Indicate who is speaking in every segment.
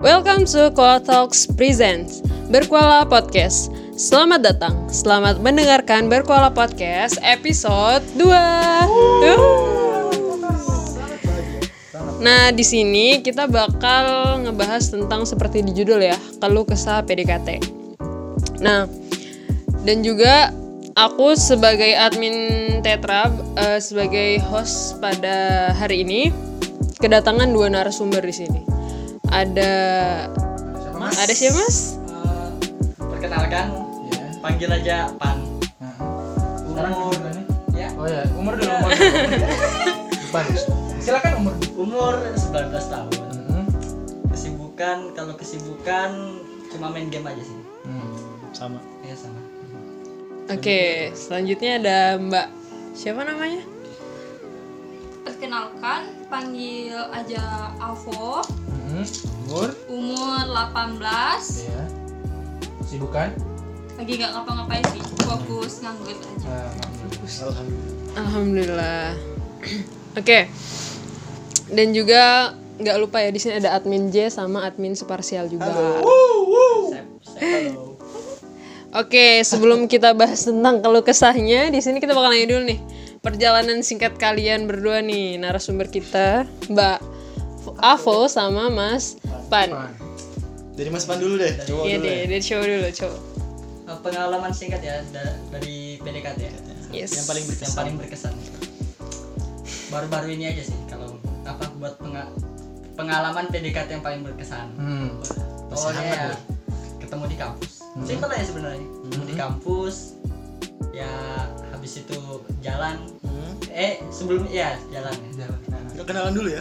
Speaker 1: Welcome to Koa Talks Presents Berkuala Podcast Selamat datang, selamat mendengarkan Berkuala Podcast episode 2 Nah di sini kita bakal ngebahas tentang seperti di judul ya Keluh kesah PDKT Nah dan juga aku sebagai admin Tetra eh, sebagai host pada hari ini kedatangan dua narasumber di sini. Ada
Speaker 2: Mas.
Speaker 1: ada siapa Mas?
Speaker 2: Eh, perkenalkan
Speaker 3: Iya.
Speaker 2: panggil aja Pan
Speaker 3: Nah,
Speaker 2: Sekarang
Speaker 3: umur
Speaker 2: duduk nih. ya
Speaker 3: Oh ya, umur dulu umur. Depan. Silakan umur.
Speaker 2: umur 19 tahun
Speaker 3: Hmm,
Speaker 2: kesibukan kalau kesibukan cuma main game aja sih
Speaker 3: Sama.
Speaker 2: ya Hmm, sama
Speaker 1: Oke, selanjutnya ada Mbak siapa namanya?
Speaker 4: Perkenalkan, panggil aja Avo,
Speaker 3: hmm. Umur.
Speaker 4: umur 18,
Speaker 3: Ya. Sibukan.
Speaker 4: lagi nggak ngapa-ngapain sih, fokus nganggur aja.
Speaker 3: Nah,
Speaker 1: Alhamdulillah. Oke. Dan juga nggak lupa ya di sini ada admin J sama admin Separsial juga.
Speaker 2: Sep, sep, halo.
Speaker 1: Oke, sebelum kita bahas tentang keluh kesahnya, di sini kita bakal nanya dulu nih perjalanan singkat kalian berdua nih narasumber kita Mbak F- Avo sama Mas Pan.
Speaker 3: Pan. ya.
Speaker 5: Dari Mas Pan dulu deh. Coba
Speaker 1: Iya
Speaker 5: dulu
Speaker 1: deh,
Speaker 5: deh.
Speaker 1: dari cowok dulu cowok.
Speaker 2: Eh, pengalaman singkat ya da- dari PDKT ya
Speaker 1: Yes.
Speaker 2: yang paling berkesan. yang paling berkesan baru-baru ini aja sih kalau apa buat penga- pengalaman PDKT yang paling berkesan
Speaker 3: Hmm.
Speaker 5: Masih
Speaker 2: Oh
Speaker 5: hangat
Speaker 2: iya.
Speaker 5: loh.
Speaker 2: Ketemu di kampus. Simpel aja sebenarnya. Ketemu
Speaker 3: Hmm.
Speaker 2: di kampus. Ya habis itu jalan.
Speaker 5: Hmm.
Speaker 2: Eh sebelum ya jalan. ya.
Speaker 3: Jalan.
Speaker 5: Kita kenalan dulu ya.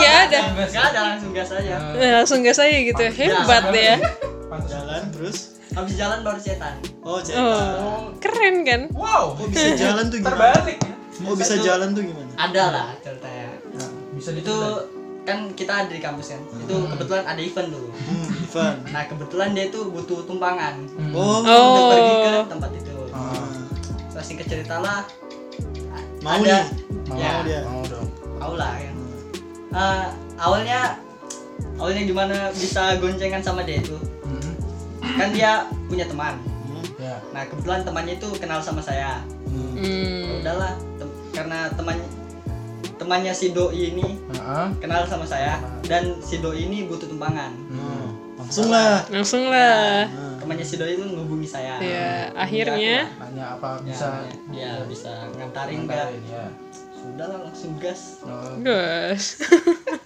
Speaker 1: Iya ada.
Speaker 2: Gak ada langsung gas aja.
Speaker 3: Hmm.
Speaker 1: Nah, langsung gas aja gitu. Hebat deh ya.
Speaker 5: Jalan terus.
Speaker 2: Habis jalan baru cetan.
Speaker 5: Oh, cek.
Speaker 1: Oh, keren kan?
Speaker 3: Wow.
Speaker 5: Oh, bisa jalan tuh gimana?
Speaker 3: Terbalik. ya.
Speaker 5: Oh, bisa jalan tuh gimana?
Speaker 2: Ada lah ceritanya.
Speaker 3: Nah, bisa Hmm.
Speaker 2: Itu kan kita ada di kampus kan. Itu kebetulan ada event dulu.
Speaker 5: Hmm, Ivan.
Speaker 2: Nah kebetulan dia tuh butuh tumpangan
Speaker 3: Oh.
Speaker 5: Oh,
Speaker 2: untuk pergi ke
Speaker 1: Oh.
Speaker 2: tempat itu. Terus singkat cerita lah.
Speaker 5: Mau
Speaker 2: ada,
Speaker 3: Ah. Mau
Speaker 2: ya,
Speaker 5: dia.
Speaker 3: Mau dong.
Speaker 2: mau lah kan. Eh, awalnya awalnya gimana bisa goncengan sama dia itu
Speaker 3: Hmm.
Speaker 2: kan dia punya teman
Speaker 5: Hmm.
Speaker 3: Ya.
Speaker 2: nah kebetulan temannya itu kenal sama saya
Speaker 5: Hmm.
Speaker 2: Ya
Speaker 1: Hmm.
Speaker 2: udahlah tem- karena temannya temannya si doi ini
Speaker 3: Heeh.
Speaker 2: kenal sama saya dan si doi ini butuh tumpangan
Speaker 3: Hmm.
Speaker 5: Langsung lah.
Speaker 1: Langsung lah.
Speaker 5: Nah,
Speaker 2: temannya si doi itu ngehubungi
Speaker 1: Ya,
Speaker 2: saya Ngehubungi
Speaker 1: akhirnya
Speaker 2: aku
Speaker 3: Tanya apa
Speaker 2: lah. ya,
Speaker 3: bisa
Speaker 2: ya, bisa ngantarin nggak
Speaker 3: Komentarin, ya.
Speaker 2: sudah lah langsung gas
Speaker 3: Oh,
Speaker 1: Gus.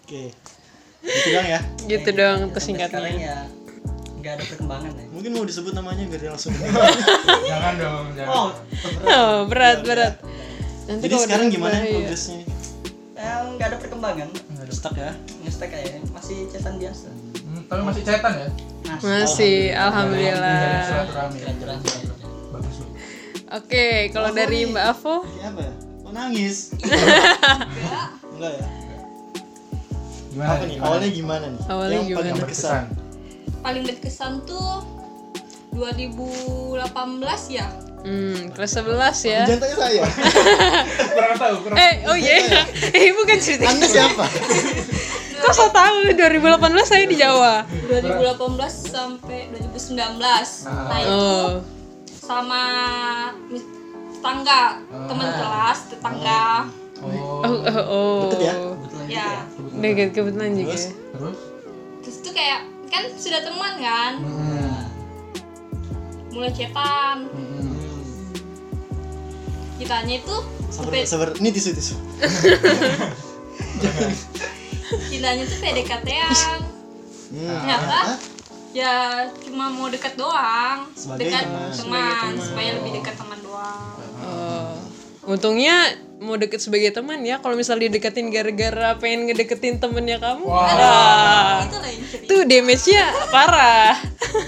Speaker 5: Oke. Gitu dong ya.
Speaker 1: Gitu
Speaker 2: Ya,
Speaker 1: dong
Speaker 2: sampai
Speaker 1: tuh singkatnya.
Speaker 2: sekarang ya nggak ada perkembangan ya
Speaker 5: Mungkin mau disebut namanya biar dia langsung.
Speaker 3: Jangan dong,
Speaker 2: oh
Speaker 3: jangan.
Speaker 1: Oh, berat berat. Nanti
Speaker 5: Jadi
Speaker 1: kalau iya.
Speaker 5: sekarang
Speaker 1: dengar
Speaker 5: gimana
Speaker 1: bahaya.
Speaker 5: progresnya?
Speaker 2: eh, nggak ada perkembangan
Speaker 5: Stuck ya.
Speaker 2: ngestek kayak masih cetan biasa
Speaker 3: Hmm, tapi masih cetan ya?
Speaker 2: nah
Speaker 1: Masih,
Speaker 3: Menjalin
Speaker 1: alhamdulillah.
Speaker 3: silaturahmi. Bagus loh.
Speaker 1: Oke, kalau
Speaker 5: Apa
Speaker 1: dari
Speaker 5: nih?
Speaker 1: Mbak Avo,
Speaker 5: Kayak apa ya? Oh, nangis. Enggak ya?
Speaker 3: Nah, Gimana?
Speaker 5: Apa nih? Awalnya gimana nih?
Speaker 1: Awalnya
Speaker 5: Yang paling
Speaker 1: gimana?
Speaker 5: berkesan.
Speaker 4: Paling berkesan tuh 2018 ya,
Speaker 1: hmm, kelas 11 ya.
Speaker 5: Jangan tanya saya.
Speaker 3: kurang tahu kurang
Speaker 1: Eh, oh iya. Eh, bukan cerita.
Speaker 5: Anda siapa?
Speaker 1: Kok so tahu 2018 saya di Jawa.
Speaker 4: 2018 sampai 2019.
Speaker 2: Ah.
Speaker 4: Nah itu
Speaker 1: Oh.
Speaker 4: sama mis- tetangga, teman
Speaker 2: Ah.
Speaker 4: kelas, tetangga.
Speaker 3: oh
Speaker 1: Oh, oh, oh.
Speaker 2: kebetulan gitu ya
Speaker 5: Deket ya?
Speaker 4: Ya,
Speaker 1: Deket kebetulan juga.
Speaker 5: Terus?
Speaker 3: terus
Speaker 4: terus tuh kayak kan sudah teman kan,
Speaker 3: hmm.
Speaker 4: mulai cetan.
Speaker 3: Hmm.
Speaker 4: Kitanya itu
Speaker 5: Sabar, sabar. Ini tisu, tisu.
Speaker 4: Kitanya tuh PDKT-an.
Speaker 5: Hmm.
Speaker 4: Kenapa? Ya cuma mau dekat doang.
Speaker 5: Sebagai
Speaker 4: dekat
Speaker 5: teman.
Speaker 4: teman,
Speaker 1: Sebagai teman.
Speaker 4: supaya lebih dekat teman doang.
Speaker 1: Oh. Untungnya mau deket sebagai teman ya. Kalau misal dideketin gara-gara pengen ngedeketin temennya kamu,
Speaker 3: Wah.
Speaker 1: Aduh.
Speaker 4: Itu lain cerita.
Speaker 1: Tuh damage-nya parah.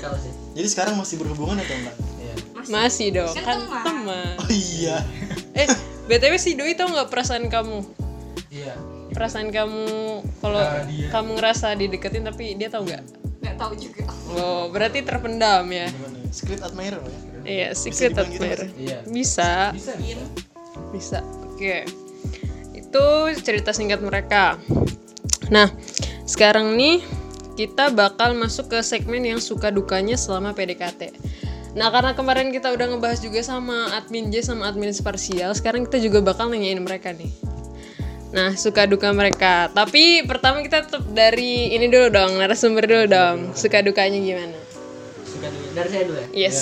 Speaker 2: kalau sih
Speaker 5: Jadi sekarang masih berhubungan atau enggak?
Speaker 3: Iya.
Speaker 1: Masih dong,
Speaker 4: Kan
Speaker 1: kan
Speaker 4: teman.
Speaker 1: teman.
Speaker 5: Oh iya.
Speaker 1: Eh, BTW si Doi tau nggak perasaan kamu?
Speaker 3: iya
Speaker 1: Perasaan kamu kalau
Speaker 3: Ah, dia.
Speaker 1: kamu ngerasa dideketin tapi dia tahu nggak?
Speaker 4: Nggak tahu juga.
Speaker 1: Oh, berarti terpendam ya.
Speaker 5: Gimana ya? Secret admirer ya.
Speaker 1: Iya, secret
Speaker 5: dibilang gitu
Speaker 1: admirer.
Speaker 5: nggak
Speaker 3: iya
Speaker 1: Bisa,
Speaker 3: bisa bisa
Speaker 1: bisa. Oke. Itu cerita singkat mereka. Nah, Sekarang nih kita bakal masuk ke segmen yang suka dukanya selama PDKT. Nah, karena kemarin kita udah ngebahas juga sama admin J sama admin Sparsial, sekarang kita juga bakal nanyain mereka nih. Nah, suka duka mereka. Tapi pertama kita tetap dari ini dulu dong, narasumber dulu dong. Suka dukanya gimana?
Speaker 2: suka dulu dari saya dulu ya
Speaker 1: Yes,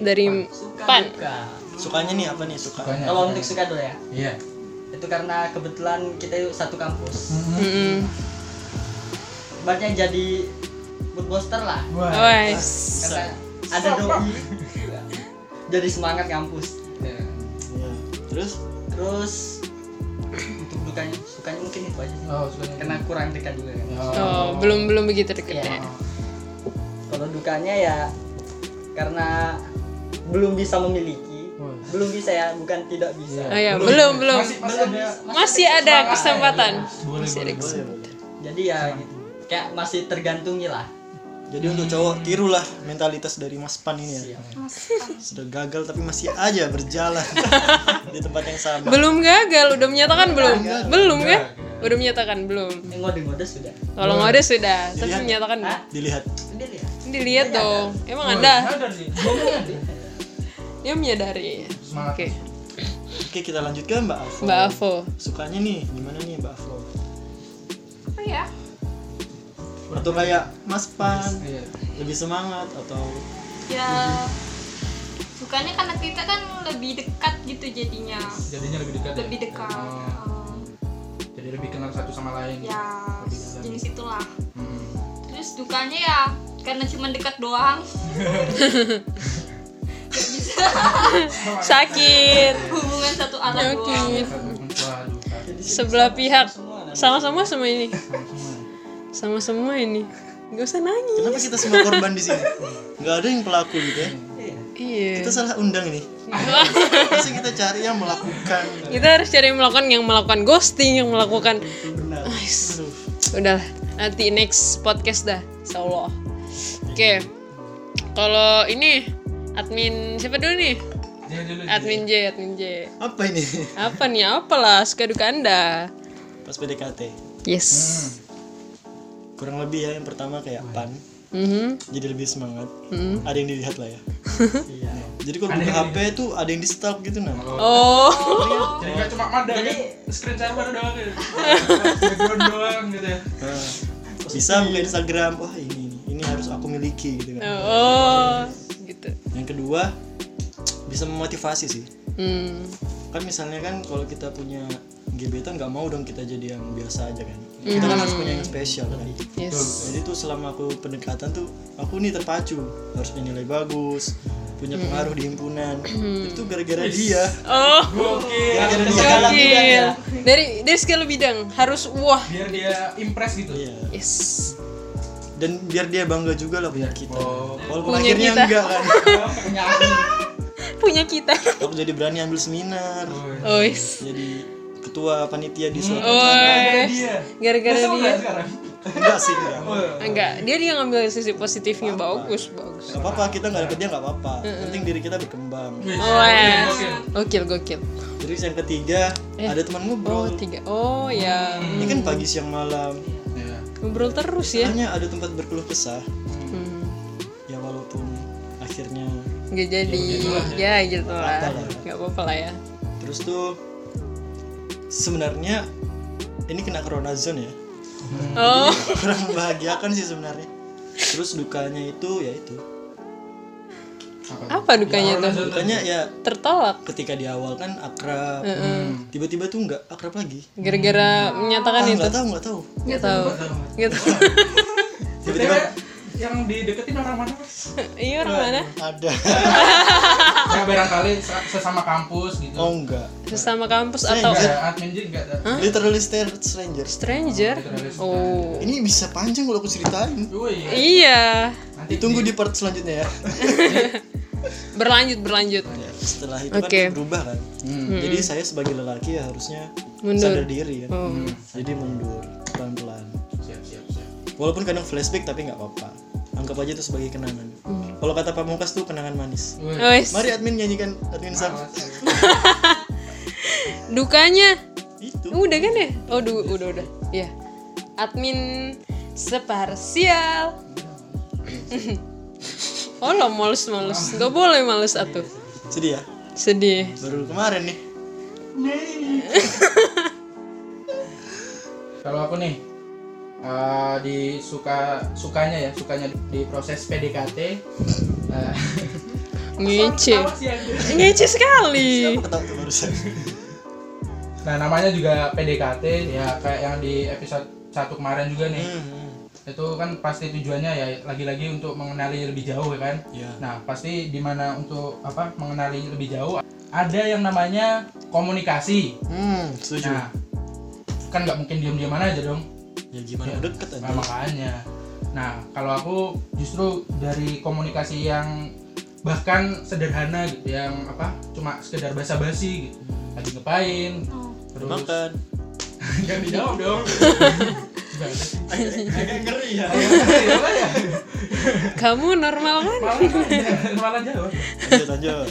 Speaker 1: dari
Speaker 2: suka
Speaker 1: Pan.
Speaker 2: duka.
Speaker 5: Sukanya nih apa nih suka?
Speaker 3: Sukanya.
Speaker 2: kalau untuk suka dulu ya
Speaker 3: Iya.
Speaker 2: itu karena kebetulan kita itu satu kampus
Speaker 1: Mm-mm.
Speaker 2: ibaratnya jadi mood booster lah
Speaker 3: Wah. Iya.
Speaker 1: Wes.
Speaker 2: karena ada doi jadi semangat kampus
Speaker 3: Iya.
Speaker 5: Iya. Terus
Speaker 2: terus untuk dukanya sukanya mungkin itu aja sih
Speaker 3: Oh, sukanya.
Speaker 2: karena kurang dekat juga kan
Speaker 1: Oh, belum belum begitu deket ya.
Speaker 2: Iya. kalau dukanya ya karena belum bisa memiliki
Speaker 3: Wah.
Speaker 2: belum bisa ya bukan tidak bisa
Speaker 1: Oh ya, belum belum.
Speaker 3: Masih, masih ada.
Speaker 1: Masih ada kesempatan.
Speaker 3: Boleh,
Speaker 1: Masih ada
Speaker 3: boleh, boleh.
Speaker 1: kesempatan.
Speaker 2: jadi ya gitu kayak masih tergantungi lah
Speaker 5: jadi untuk cowok tirulah mentalitas dari Mas Pan ini ya. Sudah gagal tapi masih aja berjalan di tempat yang sama.
Speaker 1: Belum gagal, udah menyatakan belum? Belum kan? Udah menyatakan belum.
Speaker 2: Eh, ngode-ngode sudah
Speaker 1: Kalau nggak ada sudah, tapi
Speaker 5: Dilihat.
Speaker 1: menyatakan belum.
Speaker 2: Hah? ya?
Speaker 5: Dilihat.
Speaker 2: Ini dia.
Speaker 1: Dilihat dong. Emang ada? Dia menyadari.
Speaker 3: Semangat.
Speaker 1: Oke,
Speaker 5: Oke, kita lanjutkan Mbak Afo.
Speaker 1: Mbak Afo.
Speaker 5: Sukanya nih gimana nih Mbak Afo?
Speaker 4: Apa ya?
Speaker 5: Atau kayak Mas Pan
Speaker 3: Iya.
Speaker 5: lebih semangat atau
Speaker 4: Ya sukanya karena kita kan lebih dekat gitu jadinya.
Speaker 3: Jadinya lebih dekat. ya?
Speaker 4: Lebih dekat.
Speaker 3: Oh,
Speaker 4: Um,
Speaker 3: Jadi lebih kenal satu sama lain.
Speaker 4: ya
Speaker 3: Lebih dalam.
Speaker 4: jenis itulah.
Speaker 3: Hmm.
Speaker 4: Terus dukanya ya karena cuma dekat doang. Gak bisa
Speaker 1: Sakit.
Speaker 4: hubungan satu arah
Speaker 1: Oke.
Speaker 4: doang.
Speaker 3: Waduh, Kak.
Speaker 1: Sebelah pihak
Speaker 2: Semua nanti.
Speaker 1: sama semua sama ini.
Speaker 3: Sama semua.
Speaker 1: Sama semua ini. Gak usah nangis.
Speaker 5: kenapa kita semua korban di sini? Nggak ada yang pelaku gitu ya.
Speaker 2: Iya.
Speaker 1: Iya.
Speaker 5: Kita salah undang nih.
Speaker 1: Wah,
Speaker 5: Pasti kita cari yang melakukan.
Speaker 1: Kita harus cari yang melakukan yang melakukan ghosting, yang melakukan
Speaker 5: Benar.
Speaker 1: Nice.
Speaker 5: Aduh.
Speaker 1: Udahlah, nanti next podcast dah. Insyaallah. Oke. Kalau ini admin siapa dulu nih?
Speaker 3: Jangan dulu.
Speaker 1: Admin J, admin J.
Speaker 5: Apa ini?
Speaker 1: Apa nih? Apalah suka duka Anda?
Speaker 5: Pas PDKT.
Speaker 1: Yes.
Speaker 5: Kurang lebih ya yang pertama kayak Pan.
Speaker 1: Mhm.
Speaker 5: Jadi lebih semangat.
Speaker 1: mhm.
Speaker 5: Ada yang dilihat lah ya.
Speaker 2: Iya.
Speaker 5: Jadi kalau buka HP tuh ada yang di stalk gitu nah.
Speaker 1: Oh.
Speaker 3: Jadi nggak cuma mandang
Speaker 2: Jadi-
Speaker 3: ya? screen sabar doang ya. Background doang gitu ya.
Speaker 5: Nah, bisa buka Instagram. Wah ini ini ini harus aku miliki gitu kan.
Speaker 1: Oh. Gitu.
Speaker 5: Yang kedua bisa memotivasi sih.
Speaker 1: Hmm.
Speaker 5: kan misalnya kan kalau kita punya gebetan nggak mau dong kita jadi yang biasa aja kan kita kan harus punya yang spesial kan
Speaker 1: Yes.
Speaker 5: jadi tuh selama aku pendekatan tuh aku nih terpacu harus punya nilai bagus punya pengaruh di himpunan itu gara-gara dia
Speaker 1: Oh.
Speaker 3: Oke.
Speaker 5: gara-gara dia
Speaker 1: Gokil. Dari dari segala bidang harus wah.
Speaker 3: Biar dia impress gitu.
Speaker 5: Iya.
Speaker 1: Yes.
Speaker 5: dan biar dia bangga juga lah punya kita
Speaker 3: Oh.
Speaker 5: walaupun
Speaker 1: Punya
Speaker 5: akhirnya
Speaker 1: kita.
Speaker 5: enggak kan
Speaker 2: punya aku
Speaker 1: Punya kita.
Speaker 5: aku jadi berani ambil seminar
Speaker 1: Oh. yes.
Speaker 5: jadi ketua panitia di suatu
Speaker 1: Oh.
Speaker 3: Iya.
Speaker 1: Gara-gara
Speaker 3: Nyesel
Speaker 1: dia.
Speaker 3: nggak sekarang?
Speaker 1: Oh.
Speaker 5: enggak sih enggak
Speaker 1: Enggak, dia dia ngambil sisi positifnya bagus, bagus.
Speaker 5: Gak apa-apa kita nggak dapet dia nggak apa-apa penting diri kita berkembang
Speaker 1: Mm. Iya, Wes.
Speaker 3: Oke.
Speaker 1: Oh, eh. Gokil, gokil.
Speaker 5: Terus yang ketiga
Speaker 1: Eh.
Speaker 5: ada teman
Speaker 1: Oh,
Speaker 5: ngobrol.
Speaker 1: tiga. Oh, ya.
Speaker 5: Ini kan pagi siang malam.
Speaker 3: Iya.
Speaker 1: Ngobrol terus ya.
Speaker 5: Hanya ada tempat berkeluh kesah.
Speaker 1: Hmm.
Speaker 5: Ya walaupun akhirnya
Speaker 1: Nggak jadi. Ya, gitu lah. Nggak apa-apa lah ya.
Speaker 5: terus tuh sebenarnya ini kena corona zone ya.
Speaker 1: Oh,
Speaker 5: Kurang membahagiakan sih sebenarnya. Terus dukanya itu ya itu.
Speaker 1: apa dukanya tuh?
Speaker 5: Dukanya ya
Speaker 1: Tertolak
Speaker 5: ketika di awal kan akrab. Tiba-tiba tuh nggak akrab lagi.
Speaker 1: gara-gara menyatakan
Speaker 5: Ah,
Speaker 1: itu.
Speaker 5: nggak tahu nggak tahu.
Speaker 1: Nggak tahu. Nggak tahu.
Speaker 5: Tiba-tiba
Speaker 3: yang dideketin orang mana?
Speaker 1: Iya, orang mana?
Speaker 5: ada.
Speaker 3: Ya barangkali se- sesama kampus gitu.
Speaker 5: Oh enggak.
Speaker 1: Sesama kampus atau
Speaker 3: Nggak ada admin juga enggak ada.
Speaker 5: Literally stare- strangers.
Speaker 1: stranger? Oh.
Speaker 5: Ini bisa panjang kalau aku ceritain.
Speaker 3: Oh iya.
Speaker 1: Iya.
Speaker 3: Nanti
Speaker 5: Ditunggu di part selanjutnya ya.
Speaker 1: Berlanjut, berlanjut.
Speaker 5: Ya, setelah itu
Speaker 1: Oke. Hmm.
Speaker 5: kan berubah kan jadi saya sebagai lelaki ya harusnya
Speaker 1: Mundur.
Speaker 5: sadar diri kan
Speaker 1: Oh.
Speaker 5: jadi mundur pelan pelan
Speaker 3: siap siap siap.
Speaker 5: walaupun kadang flashback tapi nggak apa apa anggap aja itu sebagai kenangan
Speaker 1: Hmm.
Speaker 5: kalau kata pamungkas tuh kenangan manis
Speaker 1: Wes.
Speaker 5: mari admin nyanyikan admin sam
Speaker 1: Dukanya
Speaker 5: itu
Speaker 1: Udah kan ya? Oh, du- udah udah. Iya. Admin separsial. oh lo males-males, gak boleh males atuh.
Speaker 5: Sedih ya?
Speaker 1: Sedih.
Speaker 5: Baru kemarin nih.
Speaker 3: Kalau aku nih eh, di suka sukanya ya, sukanya di proses PDKT. eh,
Speaker 1: Ngece.
Speaker 3: apa sih anjir?
Speaker 1: Ngece sekali.
Speaker 5: Ketawa tuh barusan.
Speaker 3: Nah, namanya juga PDKT ya kayak yang di episode satu kemarin juga nih.
Speaker 5: Hmm,
Speaker 3: Itu kan pasti tujuannya ya lagi-lagi untuk mengenali lebih jauh ya kan.
Speaker 5: Iya.
Speaker 3: Nah, pasti di mana untuk apa mengenali lebih jauh ada yang namanya komunikasi.
Speaker 5: Hmm, setuju.
Speaker 3: Nah, kan nggak mungkin diam-diam aja dong.
Speaker 5: Ya
Speaker 3: Ya.
Speaker 5: gimana mau deket aja.
Speaker 3: Nah, makanya. Nah, kalau aku justru dari komunikasi yang bahkan sederhana gitu, yang apa cuma sekedar basa-basi gitu. Lagi ngapain? Terus
Speaker 5: Hmm. Makan.
Speaker 3: Jangan dijawab dong. Gimana?
Speaker 5: Agak ngeri ya.
Speaker 3: Apa ya?
Speaker 1: Kamu normal kan?
Speaker 3: Malah- Malah jawab.
Speaker 5: Lanjut lanjut.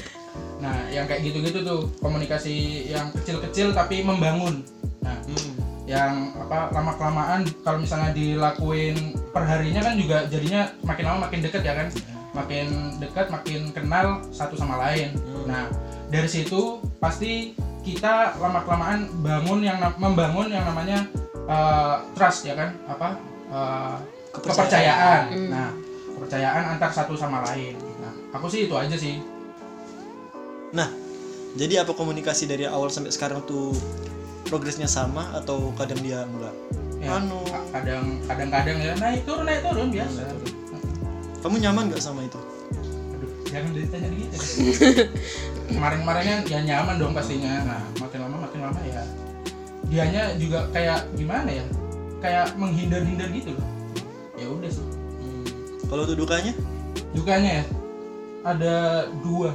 Speaker 3: Nah, yang kayak gitu-gitu tuh komunikasi yang kecil-kecil tapi membangun. Nah,
Speaker 5: Hmm.
Speaker 3: yang apa lama kelamaan kalau misalnya dilakuin perharinya kan juga jadinya makin lama makin deket ya kan makin dekat makin kenal satu sama lain
Speaker 5: Hmm.
Speaker 3: nah dari situ pasti kita lama kelamaan bangun yang na- membangun yang namanya eh, trust ya kan apa eh, kepercayaan,
Speaker 1: Hmm.
Speaker 3: nah kepercayaan antar satu sama lain nah aku sih itu aja sih
Speaker 5: Nah, jadi apa komunikasi dari awal sampai sekarang tuh progresnya sama atau kadang dia enggak?
Speaker 3: ya,
Speaker 5: Anu.
Speaker 3: ka- kadang kadang-kadang ya naik turun naik turun biasa
Speaker 5: Kamu nyaman nggak sama itu?
Speaker 3: Aduh, jangan ditanya gitu. Kemarin-kemarin kan ya nyaman dong pastinya. Nah, makin lama makin lama ya dianya juga kayak gimana ya? Kayak menghindar-hindar gitu loh. Ya udah sih.
Speaker 5: Hmm. Kalau tuh dukanya?
Speaker 3: Dukanya ya ada dua.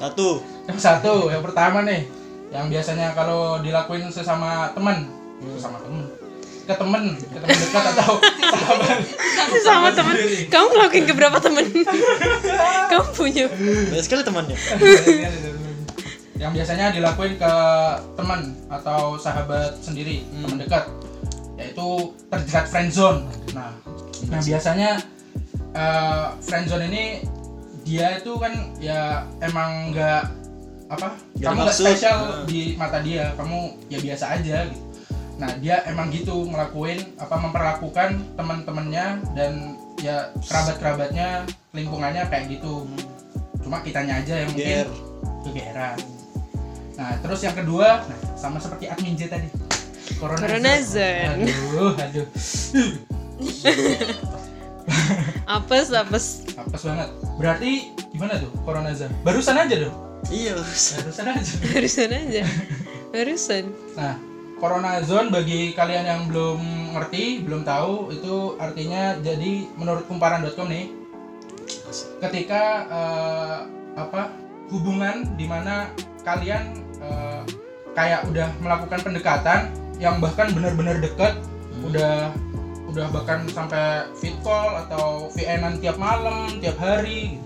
Speaker 5: Satu.
Speaker 3: Yang satu, yang pertama nih, yang biasanya kalau dilakuin sesama teman, sesama teman ke temen, ke temen dekat atau sahabat
Speaker 1: Sama temen. Kamu ngelakuin ke berapa temen? Kamu punya.
Speaker 5: Banyak sekali temannya.
Speaker 3: yang biasanya dilakuin ke teman atau sahabat sendiri teman dekat yaitu terjerat friendzone nah nah biasanya eh, friendzone ini dia itu kan ya emang nggak apa
Speaker 5: Nggak
Speaker 3: kamu nggak
Speaker 5: maksud.
Speaker 3: spesial
Speaker 5: Nah.
Speaker 3: di mata dia kamu ya biasa aja gitu nah dia emang gitu ngelakuin apa memperlakukan teman-temannya dan ya kerabat-kerabatnya lingkungannya kayak gitu cuma kitanya aja yang mungkin
Speaker 5: Geer.
Speaker 3: kegeeran nah terus yang kedua nah, sama seperti admin J tadi corona,
Speaker 1: Corona
Speaker 3: Zone.
Speaker 1: Zone.
Speaker 3: aduh aduh
Speaker 1: Apes, apes.
Speaker 3: apes banget berarti gimana tuh corona Zone? barusan aja dong
Speaker 5: Iya.
Speaker 3: barusan aja
Speaker 1: Barusan aja. Barusan.
Speaker 3: nah corona zone bagi kalian yang belum ngerti belum tahu itu artinya jadi menurut kumparan.com nih ketika eh, apa hubungan dimana kalian eh, kayak udah melakukan pendekatan yang bahkan benar-benar deket udah udah bahkan sampai fit call atau VN-an tiap malam tiap hari gitu.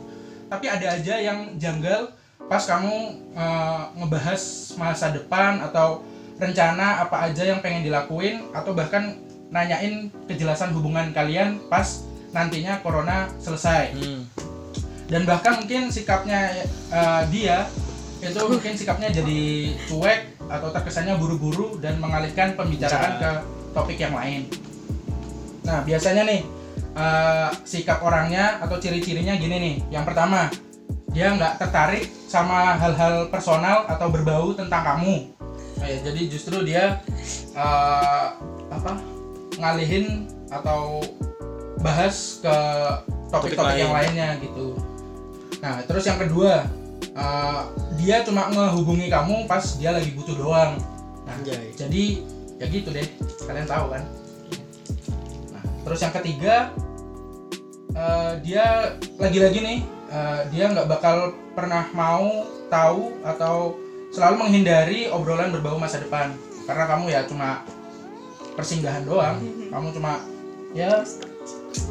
Speaker 3: tapi ada aja yang janggal pas kamu eh, ngebahas masa depan atau rencana apa aja yang pengen dilakuin atau bahkan nanyain kejelasan hubungan kalian pas nantinya corona selesai
Speaker 5: Hmm.
Speaker 3: dan bahkan mungkin sikapnya eh, dia itu mungkin sikapnya jadi cuek atau terkesannya buru-buru dan mengalihkan
Speaker 5: Iya.
Speaker 3: pembicaraan ke topik yang lain. Nah biasanya nih eh, sikap orangnya atau ciri-cirinya gini nih. Yang pertama dia nggak tertarik sama hal-hal personal atau berbau tentang kamu. Eh, jadi justru dia eh, apa ngalihin atau bahas ke topik-topik
Speaker 5: Topik
Speaker 3: yang
Speaker 5: lain.
Speaker 3: lainnya gitu. Nah, terus yang kedua, eh, dia cuma ngehubungi kamu pas dia lagi butuh doang. Nah,
Speaker 5: Anjay.
Speaker 3: jadi ya gitu deh, kalian tahu kan. Nah, terus yang ketiga, eh, dia lagi-lagi nih, eh, dia nggak bakal pernah mau tahu atau selalu menghindari obrolan berbau masa depan. Karena kamu ya cuma persinggahan doang, kamu cuma ya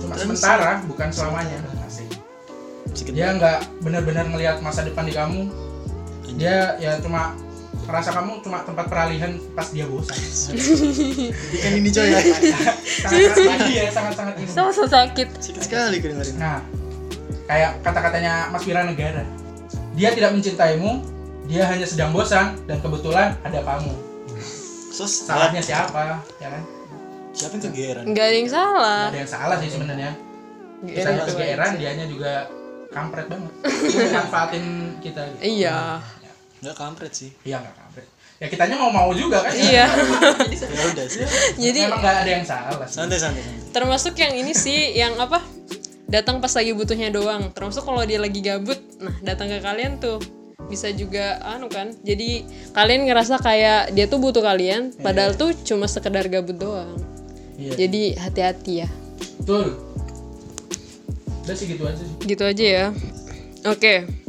Speaker 3: cuma sementara, bukan selamanya. Asik
Speaker 5: Hmm, Sikit.
Speaker 3: dia nggak benar-benar ngelihat masa depan di kamu dia ya cuma Rasa kamu cuma tempat peralihan pas dia bosan.
Speaker 5: Ikan ini coy ya.
Speaker 3: Sangat-sangat iya, sangat-sangat ini.
Speaker 1: Sama-sama sakit.
Speaker 5: Sakit sekali kedengarin.
Speaker 3: Nah, kayak kata-katanya Mas Wira Negara. Dia tidak mencintaimu, dia hanya sedang bosan dan kebetulan ada kamu.
Speaker 5: Sos,
Speaker 3: Salahnya siapa? Ya kan?
Speaker 5: siapa yang kegeran?
Speaker 1: Nggak ada yang salah.
Speaker 3: Nggak Ada yang salah sih sebenarnya.
Speaker 1: Gere
Speaker 3: Kita
Speaker 1: itu
Speaker 3: juga
Speaker 1: aja.
Speaker 3: heran dianya juga kampret banget. Manfaatin kita. gitu.
Speaker 1: Iya.
Speaker 5: Enggak kampret sih.
Speaker 3: Iya nggak kampret. Ya kitanya mau mau juga kan?
Speaker 1: Iya.
Speaker 5: Ya udah sih.
Speaker 1: Jadi
Speaker 3: Memang nggak ada yang salah sih.
Speaker 5: Santai santai. santai.
Speaker 1: termasuk yang ini sih yang apa? Datang pas lagi butuhnya doang. Termasuk kalau dia lagi gabut. Nah, datang ke kalian tuh bisa juga anu kan. Jadi kalian ngerasa kayak dia tuh butuh kalian padahal tuh cuma sekedar gabut doang.
Speaker 3: Iya.
Speaker 1: Jadi hati-hati ya.
Speaker 3: Betul. Udah sih gitu aja sih.
Speaker 1: Gitu aja ya. Oke.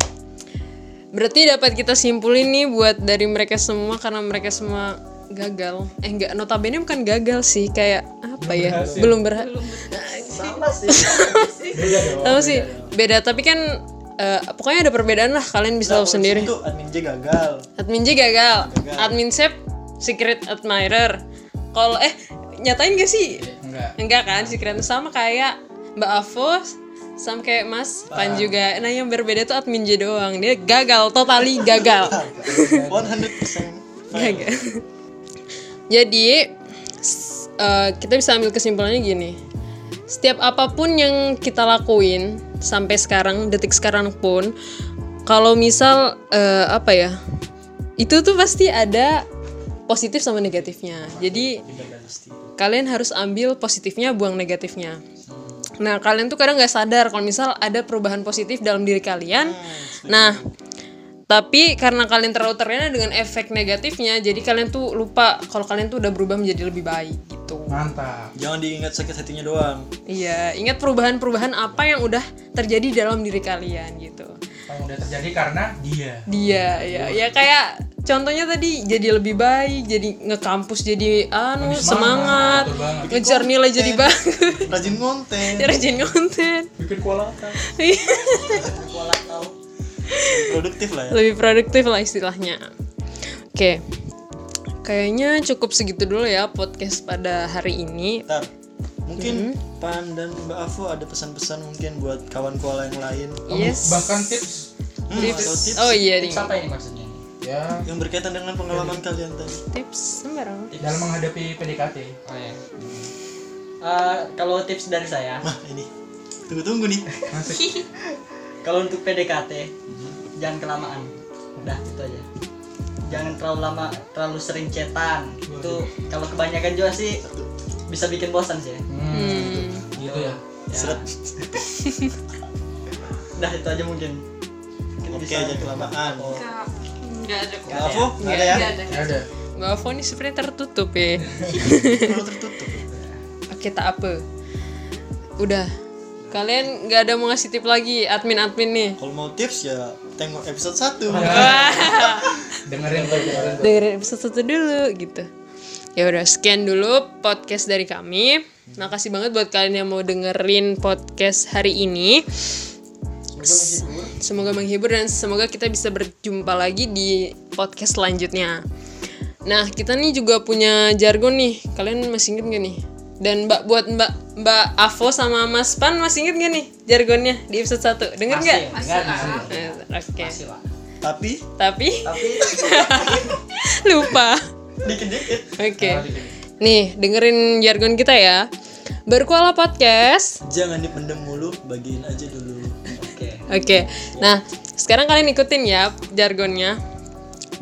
Speaker 1: Berarti dapat kita simpulin nih buat dari mereka semua karena mereka semua gagal. Eh enggak, notabene bukan gagal sih, kayak apa ya?
Speaker 3: berhasil.
Speaker 1: Belum berhasil.
Speaker 6: Sama sih.
Speaker 3: Beda dong.
Speaker 1: Tahu sih, beda tapi kan eh, pokoknya ada perbedaan lah, kalian bisa tahu sendiri.
Speaker 5: Itu admin J gagal.
Speaker 1: Admin J gagal.
Speaker 5: Nah, Gagal.
Speaker 1: Admin Sep secret admirer. Kalau eh nyatain gak sih?
Speaker 3: Enggak.
Speaker 1: Enggak kan, secret sama kayak Mbak Afos sama kayak Mas Pan juga. Nah, yang berbeda tuh admin J doang. Dia gagal, totally gagal.
Speaker 5: 100% fail.
Speaker 1: Gagal. Jadi s- eh, kita bisa ambil kesimpulannya gini. Setiap apapun yang kita lakuin sampai sekarang detik sekarang pun kalau misal eh, apa ya? Itu tuh pasti ada positif sama negatifnya. Jadi kalian harus ambil positifnya buang negatifnya. Nah, kalian tuh kadang nggak sadar kalau misal ada perubahan positif dalam diri kalian.
Speaker 3: Hmm,
Speaker 1: Nah, tapi karena kalian terlalu terlena dengan efek negatifnya, jadi kalian tuh lupa kalau kalian tuh udah berubah menjadi lebih baik gitu.
Speaker 3: Mantap.
Speaker 5: Jangan diingat sakit hatinya doang.
Speaker 1: Iya, ingat perubahan-perubahan apa yang udah terjadi dalam diri kalian gitu.
Speaker 3: Apa yang udah terjadi karena dia.
Speaker 1: Dia ya, ya kayak contohnya tadi jadi lebih baik, jadi ngekampus jadi anu
Speaker 3: Lebih
Speaker 1: semangat,
Speaker 3: Betul banget.
Speaker 1: ngejar nilai jadi bagus,
Speaker 5: Rajin konten.
Speaker 1: rajin konten.
Speaker 3: Bikin kuala kan.
Speaker 1: Iya.
Speaker 5: Produktif lah ya.
Speaker 1: lebih produktif lah istilahnya. Oke, kayaknya cukup segitu dulu ya podcast pada hari ini.
Speaker 5: Bentar. Mungkin
Speaker 1: Hmm.
Speaker 5: Pan dan Mbak Afo ada pesan-pesan mungkin buat kawan koala yang lain.
Speaker 1: Yes.
Speaker 3: Bahkan tips
Speaker 5: Hmm, atau tips
Speaker 1: Oh iya nih.
Speaker 3: tips apa ini maksudnya? Ya,
Speaker 5: yang berkaitan dengan pengalaman kalian tadi.
Speaker 1: Tips sembarang.
Speaker 3: dalam menghadapi PDKT.
Speaker 2: Oh, iya. Eh, kalau tips dari saya,
Speaker 5: Mah ini. Tunggu-tunggu nih.
Speaker 2: kalau untuk PDKT jangan kelamaan. Udah itu aja. Jangan terlalu lama, terlalu sering cetan. Itu kalau kebanyakan juga sih bisa bikin bosan sih.
Speaker 3: Hmm,
Speaker 1: Hmm.
Speaker 3: gitu ya.
Speaker 2: Ya.
Speaker 5: Seret.
Speaker 2: Udah itu aja mungkin. Mungkin
Speaker 5: Oke,
Speaker 2: bisa
Speaker 5: jangan kelamaan.
Speaker 2: Oh,
Speaker 4: Enggak, enggak ada kok.
Speaker 5: Mbak Afo, nggak ada ya?
Speaker 4: Enggak ada.
Speaker 3: Ya ada.
Speaker 1: Bahwa Foni sebenarnya tertutup ya.
Speaker 5: Kalau tertutup.
Speaker 1: Oke tak apa. Udah. Kalian nggak ada mau ngasih tip lagi admin-admin nih.
Speaker 5: Kalau mau tips ya tengok episode 1.
Speaker 3: Dengerin tuh, dengerin tuh.
Speaker 1: Dengerin episode satu dulu gitu. Ya udah sekian dulu podcast dari kami. Makasih banget buat kalian yang mau dengerin podcast hari ini. Semoga menghibur dan semoga kita bisa berjumpa lagi di podcast selanjutnya. Nah, kita nih juga punya jargon nih. Kalian masih inget gak nih? Dan Mbak buat Mbak Mbak Avo sama Mas Pan masih inget gak nih jargonnya di episode 1? Denger
Speaker 2: Masih,
Speaker 1: nggak?
Speaker 2: enggak masih.
Speaker 1: Eh, Oke.
Speaker 2: Masih, Pak.
Speaker 5: Tapi
Speaker 1: Tapi
Speaker 2: Tapi
Speaker 1: lupa.
Speaker 2: dikit-dikit.
Speaker 1: Oke. Nih, dengerin jargon kita ya. Berkuala podcast
Speaker 5: jangan dipendem mulu, bagiin aja dulu.
Speaker 2: Oke.
Speaker 1: Oke, nah sekarang kalian ikutin ya jargonnya.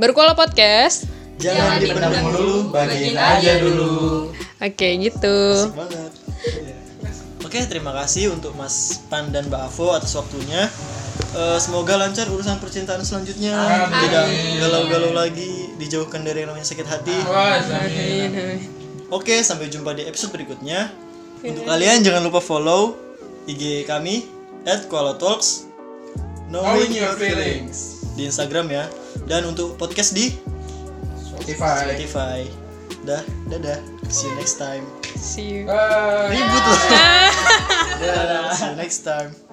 Speaker 1: Berkuala podcast.
Speaker 5: Jangan dipendem mulu, bagiin aja dulu.
Speaker 1: Oke, gitu.
Speaker 5: Asik banget. Iya. Oke, terima kasih untuk Mas Pan dan Mbak Avo atas waktunya. Eh, semoga lancar urusan percintaan selanjutnya. Tidak galau-galau lagi, dijauhkan dari yang namanya sakit hati.
Speaker 3: Wah, Zami.
Speaker 5: Oke, sampai jumpa di episode berikutnya. Untuk kalian jangan lupa follow IG kami @koalatalks knowing your feelings di Instagram ya. Dan untuk podcast di
Speaker 3: Spotify.
Speaker 5: Spotify. Dah, dadah. See you next time.
Speaker 1: See you.
Speaker 3: Bye.
Speaker 5: Ribut loh. Dadah. See you next time.